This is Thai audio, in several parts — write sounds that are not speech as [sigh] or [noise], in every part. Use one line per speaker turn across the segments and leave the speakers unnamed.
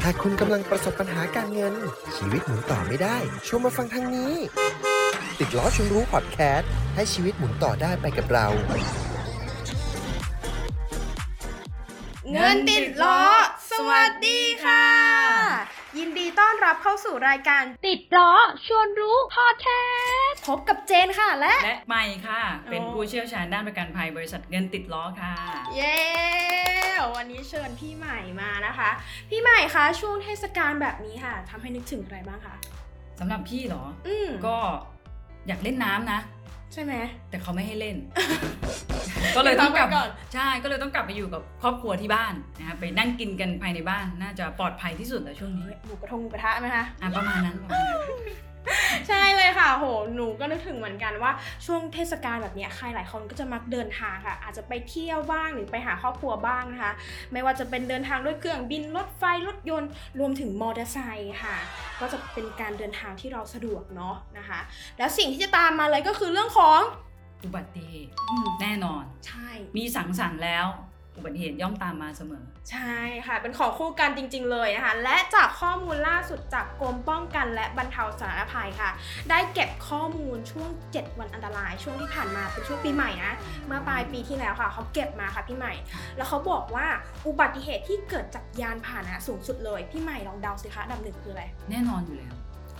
ถ้าคุณกำลังประสบปัญหาการเงิน ชีวิตหมุนต่อไม่ได้ชวนมาฟังทางนี้ ติดล้อชวนรู้พอดแคสต์ให้ชีวิตหมุนต่อได้ไปกับเรา
เงินติดล้อ สวัสดีค่ะ ยินดีต้อนรับเข้าสู่รายการ
ติดล้อชวนรู้พอดแคสต์
พบกับเจนค่ะและ
[laughs] และใหม่ค่ะ
โอ้
เป็นผู้เชี่ยวชาญด้านประกันภัยบริษัทเงินติดล้อค่ะ
เย้ วันนี้เชิญพี่ใหม่มานะคะ พี่ใหม่คะช่วงเทศกาลแบบนี้ค่ะทำให้นึกถึงอะไรบ้างคะ
สำหรับพี่เหรอ
อืม
ก็อยากเล่นน้ำนะ
ใช่ไหม
แต่เขาไม่ให้
[laughs]
เล่น ก็เลยต้องกลับ
ไปก่อน
ใช่ก็เลยต้องกลับไปอยู่กับครอบครัวที่บ้านนะคะไปนั่งกินกันภายในบ้านน่าจะปลอดภัยที่สุดแล้วช่วงนี้
เฮ้ยหมูกระทงหมูกระทะไหมคะ
อ่ะประมาณนั้นประมาณนั้น
ใช่เลยค่ะ โห หนูก็นึกถึงเหมือนกันว่าช่วงเทศกาลแบบเนี้ยใครหลายคนก็จะมักเดินทางค่ะ อาจจะไปเที่ยวบ้างหรือไปหาครอบครัวบ้างนะคะ ไม่ว่าจะเป็นเดินทางด้วยเครื่องบินรถไฟรถยนต์ รวมถึงมอเตอร์ไซค์ค่ะ ก็จะเป็นการเดินทางที่เราสะดวกเนาะนะคะ แล้วสิ่งที่จะตามมาเลยก็คือเรื่องของ
อุบัติเหตุ
อืม
แน่นอน
ใช่
มีสังสรรค์แล้ว อุบัติเหตุย่อมตามมาเสมอ
ใช่ค่ะ เป็นของคู่กันจริง ๆ เลยนะคะ และจากข้อมูลล่าสุดจากกรมป้องกันและบรรเทาสาธารณภัยค่ะ ได้เก็บข้อมูลช่วง 7 วันอันตราย ช่วงที่ผ่านมาเป็นช่วงปีใหม่นะเมื่อปลายปีที่แล้วค่ะเขาเก็บมาค่ะพี่ใหม่ แล้วเขาบอกว่าอุบัติเหตุที่เกิดจากยานพาหนะสูงสุดเลยพี่ใหม่ลองเดาสิคะอันดับหนึ่งคืออะไร
แน่นอนอยู่แล้ว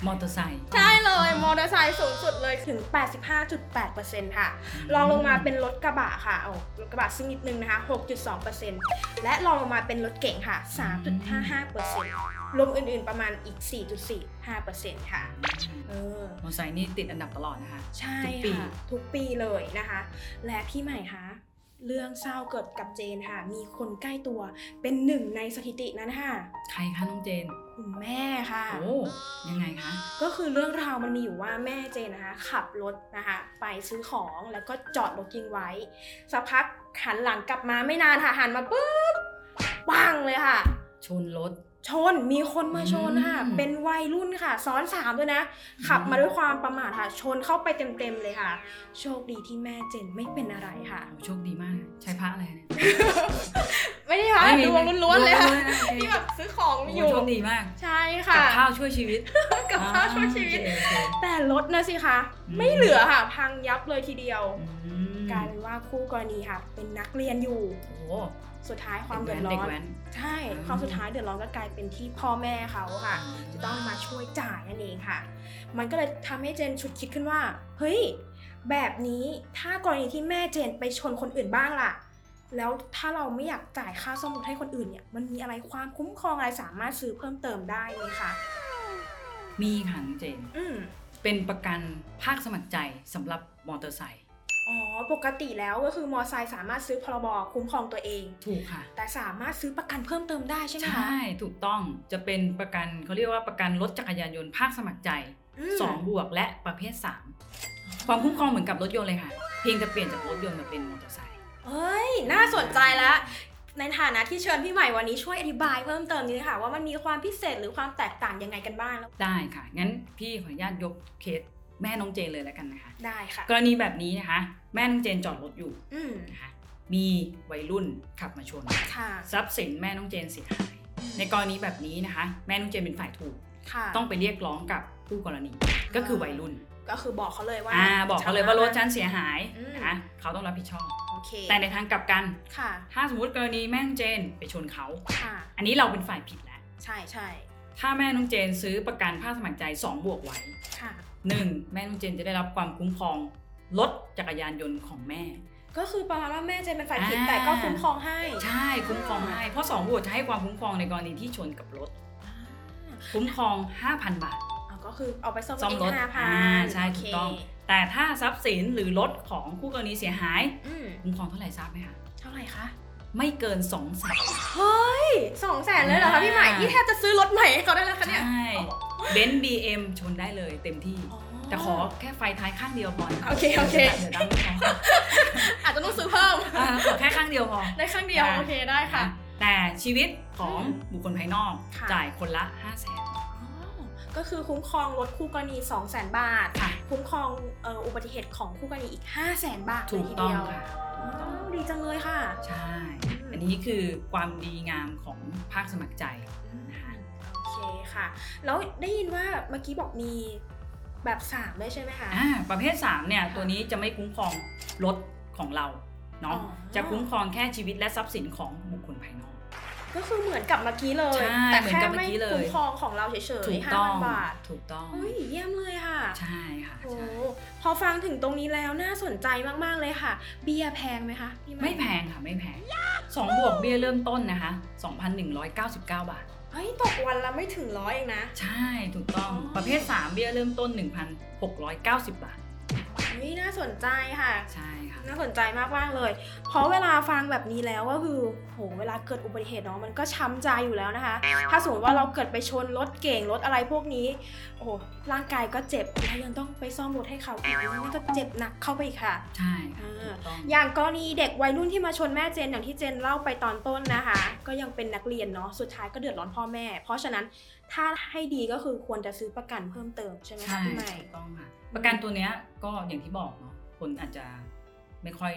มอเตอร์ไซค์
ใช่เลย มอเตอร์ไซค์สูงสุดเลยถึง 85.8%ค่ะ รองลงมาเป็นรถกระบะค่ะโอ้รถกระบะซึ่งนิดนึงนะคะ 6.2%และรองลงมาเป็นรถเก๋งค่ะ 3.55%รวมอื่นๆประมาณอีก 4.45%ค่ะ
อืม
เออ
มอเตอร์ไซค์นี่ติดอันดับตลอดนะคะ
ใช่
ทุกปี
ค่ะ ทุกปีเลยนะคะ และพี่ใหม่คะ เรื่องเศร้าเกิดกับเจนค่ะ มีคนใกล้ตัวเป็นหนึ่งในสถิตินั้นค่ะ
ใครคะน้องเจน
คุณแม่ค่ะ
โอ้ยังไงคะ
ก็คือเรื่องราวมันมีอยู่ว่าแม่เจนนะคะ ขับรถนะคะ ไปซื้อของแล้วก็จอดรถทิ้งไว้ สักพักหันหลังกลับมาไม่นานค่ะหันมาปุ๊บปังเลยค่ะ
ชนรถ
ชนมีคนมาชนค่ะ
อืม
เป็นวัยรุ่นค่ะ ซ้อนสามด้วยนะ ขับมาด้วยความประมาทค่ะ ชนเข้าไปเต็มๆเลยค่ะ โชคดีที่แม่เจนไม่เป็นอะไรค่ะ
โอ้โชคดีมาก ใช้พระอะไรเนี่ย
ไม่ได้ค่ะดวงล้วนๆเลยค่ะที่แบบซื้อของ
ไม่
อ
มีดวง
ยู่
ล้วนๆนะโอ้โชคดีมาก
ใช่
กั
ค่ะ
บข้าวช่วยชีวิต
กับข้าวช่วยชีวิต
อ่าโอเคโอเค
แต่รถนะสิคะ
อืม
ไม่เหลือค่ะ พังยับเลยทีเดียว
อืม
กลายเป็นว่าคู่กรณีค่ะ เป็นนักเรียนอยู่
โอ้โห
สุดท้ายความเดือดร้
เด็
อกน
แว้น
ใช่
อืม
ความสุดท้ายเดือดร้อนก็กลายเป็นที่พ่อแม่เขาค่ะ จะต้องมาช่วยจ่ายนั่นเองค่ะ มันก็เลยทำให้เจนชุดคิดขึ้นว่า เฮ้ย แบบนี้ถ้ากรณีที่แม่เจนไปชนคนอื่นบ้างล่ะ แล้วถ้าเราไม่อยากจ่ายค่าซ่อมรถให้คนอื่นเนี่ย มันมีอะไรความคุ้มครองอะไรสามารถซื้อเพิ่มเติมได้ไหมคะ
มีค่ะน้องเจน
อืม
เป็นประกันภาคสมัครใจสำหรับมอเตอร์ไซค์
อ๋อ ปกติแล้วก็คือมอไซค์สามารถซื้อพรบคุ้มครองตัวเอง
ถูกค่ะ
แต่สามารถซื้อประกันเพิ่มเติมได้ใช่ไหมคะ
ใช่ ถูกต้องจะเป็นประกันเขาเรียกว่าประกันรถจักรยานยนต์ภาคสมัครใจ
ม
2 บวกและประเภท 3 ความคุ้มครองเหมือนกับรถยนต์เลยค่ะ เพียงแต่เปลี่ยนจากรถยนต์มาเป็นมอเตอร์ไซค์
เอ้ย น่าสนใจแล้ว ในฐานะที่เชิญพี่ใหม่วันนี้ช่วยอธิบายเพิ่มเติมนิดนึงค่ะ ว่ามันมีความพิเศษหรือความแตกต่างยังไงกันบ้างแล้ว
ได้ค่ะ งั้นพี่ขออนุญาตยกเคสแม่น้องเจนเลยแล้วกันนะคะ
ได้ค่ะ
กรณีแบบนี้นะคะ แม่น้องเจนจอดรถอยู่
อืม
นะคะ มีวัยรุ่นขับมาชน
ค่ะ
ทรัพย์สินแม่น้องเจนเสียหาย ในกรณีแบบนี้นะคะ แม่น้องเจนเป็นฝ่ายถูก
ค่ะ
ต้องไปเรียกร้องกับผู้กรณี ก็คือวัยรุ่น
ก็คือบอกเขาเลยว่า
อ่า บอกเขาเลยว่ารถฉันเสียหาย
อืม
นะคะ เขาต้องรับผิดชอบ
โอเค
แต่ในทางกลับกัน
ค่ะ
ถ้าสมมติกรณีแม่น้องเจนไปชนเขา
ค่ะ
อันนี้เราเป็นฝ่ายผิดแล้ว
ใช่ใช่
ถ้าแม่น้องเจนซื้อประกันภาคสมัครใจสองบวกไว้
ค่ะ
หนึ่งแม่น้องเจนจะได้รับความคุ้มครองรถจักรยานยนต์ของแม่
ก็คือประมาณว่าแม่เจนเป็นฝ่ายผิด
อ่า
แต่ก็คุ้มครองให้
ใช่คุ้มครองให้เพราะสองบวกจะให้ความคุ้มครองในกรณีที่ชนกับรถ
อ่า
คุ้มครอง 5,000 บาท
อ๋อก็คือเอาไปซ่อม
ซ่อม
เอง
รถ
ห้าพั
อ่าน ใช่ถูกต้อง แต่ถ้าทรัพย์สินหรือรถของคู่กรณีเสียหาย
อืม
คุ้มครองเท่าไหร่ทราบไหมคะ
เท่าไหร่คะ
ไม่เกิน 2 0 0แสน
เฮ้ยสองแสนเลยเหรอคะพี่ใหม่
อ่า
ที่แทบจะซื้อรถใหม่ให้เขาได้แล้วคะเนี่ย
ใช่เบนซ์บีเอ็มชนได้เลยเต็มที่
อ๋อ
แต่ขอแค่ไฟท้ายข้างเดียวพอนะ
โอเคโอเค
ดี๋ยวดังไม่พอ
อาจจะต้องซื้อเพิ่ม [laughs]
อ่าขอแค่ข้างเดียวพอ
ได้ครั้งเดียว
อ่า
โอเคได้ค่ะ
แต่ชีวิตของบุคคลภายนอก
ค่ะ
จ่ายคนละ 5 0 0แสน
อ๋อก็คือคุ้มครองรถคู่กรณี2 0 0 0 0 0 บาท
ค่ะ
คุ้มครองเอ่ออุบัติเหตุของคู่กรณีอีก 5 0 0 0 0 0 บาท
ถูกต้องค่ะ
อ๋อดีจังเลยค่ะ
ใช่ อันนี้คือความดีงามของภาคสมัครใจ
อืม
นะคะ
ค่ะ แล้วได้ยินว่าเมื่อกี้บอกมีแบบสามด้วยใช่ไหมคะ
อ่าประเภท3เนี่ยตัวนี้จะไม่คุ้มครองรถของเราเนาะ
อ๋อ
จะคุ้มครองแค่ชีวิตและทรัพย์สินของบุคคลภายนอก
ก็คือเหมือนกับเมื่อกี้เลย
ใช่
แต่
เหมือน
แค่
กับเมื่
ไม่
อกี้เลย
คุ้มครองของเราเฉย
ถูก
ๆห้า
ต้อ
พั
ง
นบาท
ถูกต้อง
เฮ้ยเยี่ยมเลยค่ะ
ใช่ค่ะ
โอ้
ใช่
พอฟังถึงตรงนี้แล้วน่าสนใจมากๆเลยค่ะ เบียร์แพงไหมคะพี่
ไม่แพงค่ะไม่แพงสองบวกเบี้ยเริ่มต้นนะคะ2,199 บาท
เฮ้ยตกวันละไม่ถึงร้อยเองนะ
ใช่ถูกต้อง
อ๋อ
ประเภท 3 เบี้ยเริ่มต้น 1,690 บาท
เฮ้ยน่าสนใจค่ะ
ใช่ค่ะ
น่าสนใจมากมากๆเลย เพราะเวลาฟังแบบนี้แล้วก็คือโหเวลาเกิดอุบัติเหตุเนาะมันก็ช้ำใจอยู่แล้วนะคะ ถ้าสมมติว่าเราเกิดไปชนรถเก่งรถอะไรพวกนี้ โอ้โหร่างกายก็เจ็บแล้วยังต้องไปซ่อมรถให้เขาอีกนี่ก็เจ็บหนักเข้าไปอีกค่ะ
ใช่ค่ะ
อ่า
ถูกต้อง
อย่างกรณีเด็กวัยรุ่นที่มาชนแม่เจนอย่างที่เจนเล่าไปตอนต้นนะคะ ก็ยังเป็นนักเรียนเนาะสุดท้ายก็เดือดร้อนพ่อแม่ เพราะฉะนั้นถ้าให้ดีก็คือควรจะซื้อประกันเพิ่มเติมใช่ไหมคะ
ใช่
พี่ใหม่
ถูกต้องค่ะ ประกันตัวเนี้ยก็อย่างที่บอกเนาะคนอาจจะไม่ค่อย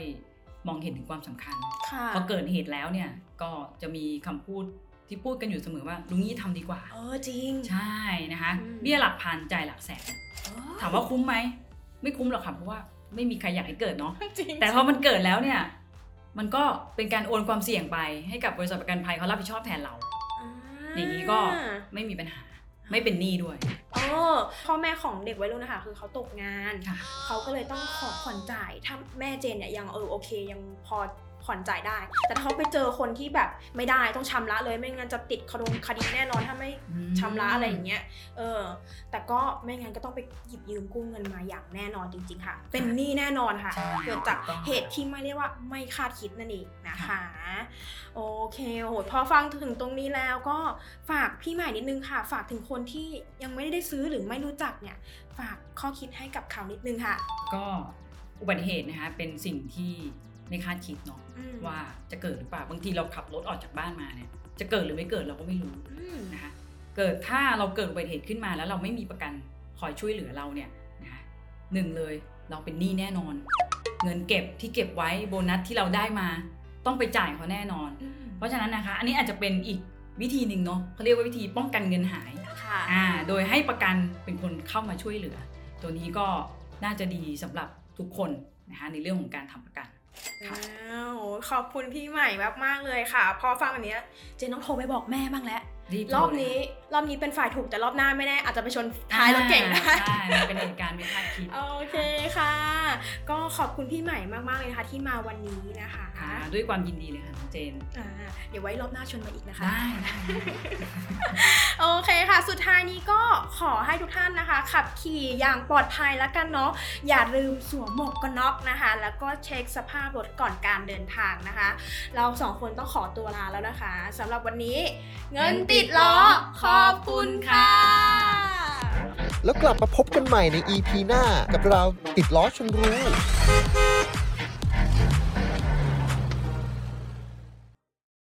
มองเห็นถึงความสำคัญ
ค่ะ
พอเกิดเหตุแล้วเนี่ยก็จะมีคำพูดที่พูดกันอยู่เสมอว่าลุงงี้ทำดีกว่า
เออจริง
ใช่นะคะ
อืม
เบี้ยหลักพันจ่ายหลักแสน ถามว่าคุ้มไหม ไม่คุ้มหรอกค่ะ เพราะว่าไม่มีใครอยากให้เกิดเนาะ
[laughs] จริง
แต่พอมันเกิดแล้วเนี่ย มันก็เป็นการโอนความเสี่ยงไปให้กับบริษัทประกันภัยเขารับผิดชอบแทนเรา อย่างนี้ก็ไม่มีปัญหา ไม่เป็นหนี้ด้วย
เออพ่อแม่ของเด็กวัยรุ่นนะคะคือเขาตกงาน
ค่ะ
เขาก็เลยต้องขอผ่อนจ่าย ถ้าแม่เจนเนี่ยยังเออโอเค ยังพอผ่อนจ่ายได้ แต่ถ้าเขาไปเจอคนที่แบบไม่ได้ต้องชำระเลยไม่งั้นจะติดคดงคดีแน่นอนถ้าไม่ชำระอะไรอย่างเงี้ย เออ แต่ก็ไม่งั้นก็ต้องไปหยิบยืมกู้เงินมาอย่างแน่นอนจริง ๆ ค่ะ เป็นหนี้แน่นอนค่ะ
ใช่
เกิดจาก
ถูกต้อง
เหตุที่ไม่เรียกว่าไม่คาดคิดนั่นเองนะคะ โอเคโอ้โหพอฟังถึงตรงนี้แล้วก็ฝากพี่ใหม่นิดนึงค่ะ ฝากถึงคนที่ยังไม่ได้ซื้อหรือไม่รู้จักเนี่ย ฝากข้อคิดให้กับเขานิดนึงค่ะ
ก็อุบัติเหตุนะคะ เป็นสิ่งที่ไม่คาดคิดเนาะ
อืม
ว่าจะเกิดหรือเปล่า บางทีเราขับรถออกจากบ้านมาเนี่ย จะเกิดหรือไม่เกิดเราก็ไม่รู้
อืม
นะคะเกิดถ้าเราเกิดอุบัติเหตุขึ้นมาแล้วเราไม่มีประกันคอยช่วยเหลือเราเนี่ยนะคะหนึ่งเลยเราเป็นหนี้แน่นอน เงินเก็บที่เก็บไว้โบนัสที่เราได้มา ต้องไปจ่ายเขาแน่นอน
อืม
เพราะฉะนั้นนะคะ อันนี้อาจจะเป็นอีกวิธีหนึ่งเนาะเขาเรียกว่าวิธีป้องกันเงินหาย
ค่ะ
อ่าโดยให้ประกันเป็นคนเข้ามาช่วยเหลือ ตัวนี้ก็น่าจะดีสำหรับทุกคนนะคะในเรื่องของการทำประกัน ค่ะ
อ้าวขอบคุณพี่ใหม่มากๆเลยค่ะ พอฟังแบบเนี้ยเจนต้องโทรไปบอกแม่บ้างแล้ว
บโท
รอบ
เลย
นี้รอบนี้เป็นฝ่ายถูกแต่รอบหน้าไม่แน่อาจจะไปชนท้ายรถเก่งได้
อ่าใช่มันเป็นเหตุการณ์ไม่คาดคิด
โอเคค่ะ ก็ขอบคุณพี่ใหม่มากๆเลยนะคะที่มาวันนี้นะคะ
ค่ะด้วยความยินดีเลยค่ะน้องเจน
อ่าเดี๋ยวไว้รอบหน้าชวนมาอีกนะคะ
ได้ได้
โอเคค่ะ สุดท้ายนี้ก็ขอให้ทุกท่านนะคะ ขับขี่อย่างปลอดภัยแล้วกันเนาะ อย่าลืมสวมหมวกกันน็อกนะคะ แล้วก็เช็คสภาพรถก่อนการเดินทางนะคะ เราสองคนต้องขอตัวลาแล้วนะคะสำหรับวันนี้ เงินติดล้อ ขอบคุณค่ะ
แล้วกลับมาพบกันใหม่ใน EP หน้ากับเราติดล้อชนรู้
Hãy subscribe cho kênh Ghiền Mì Gõ Để không bỏ lỡ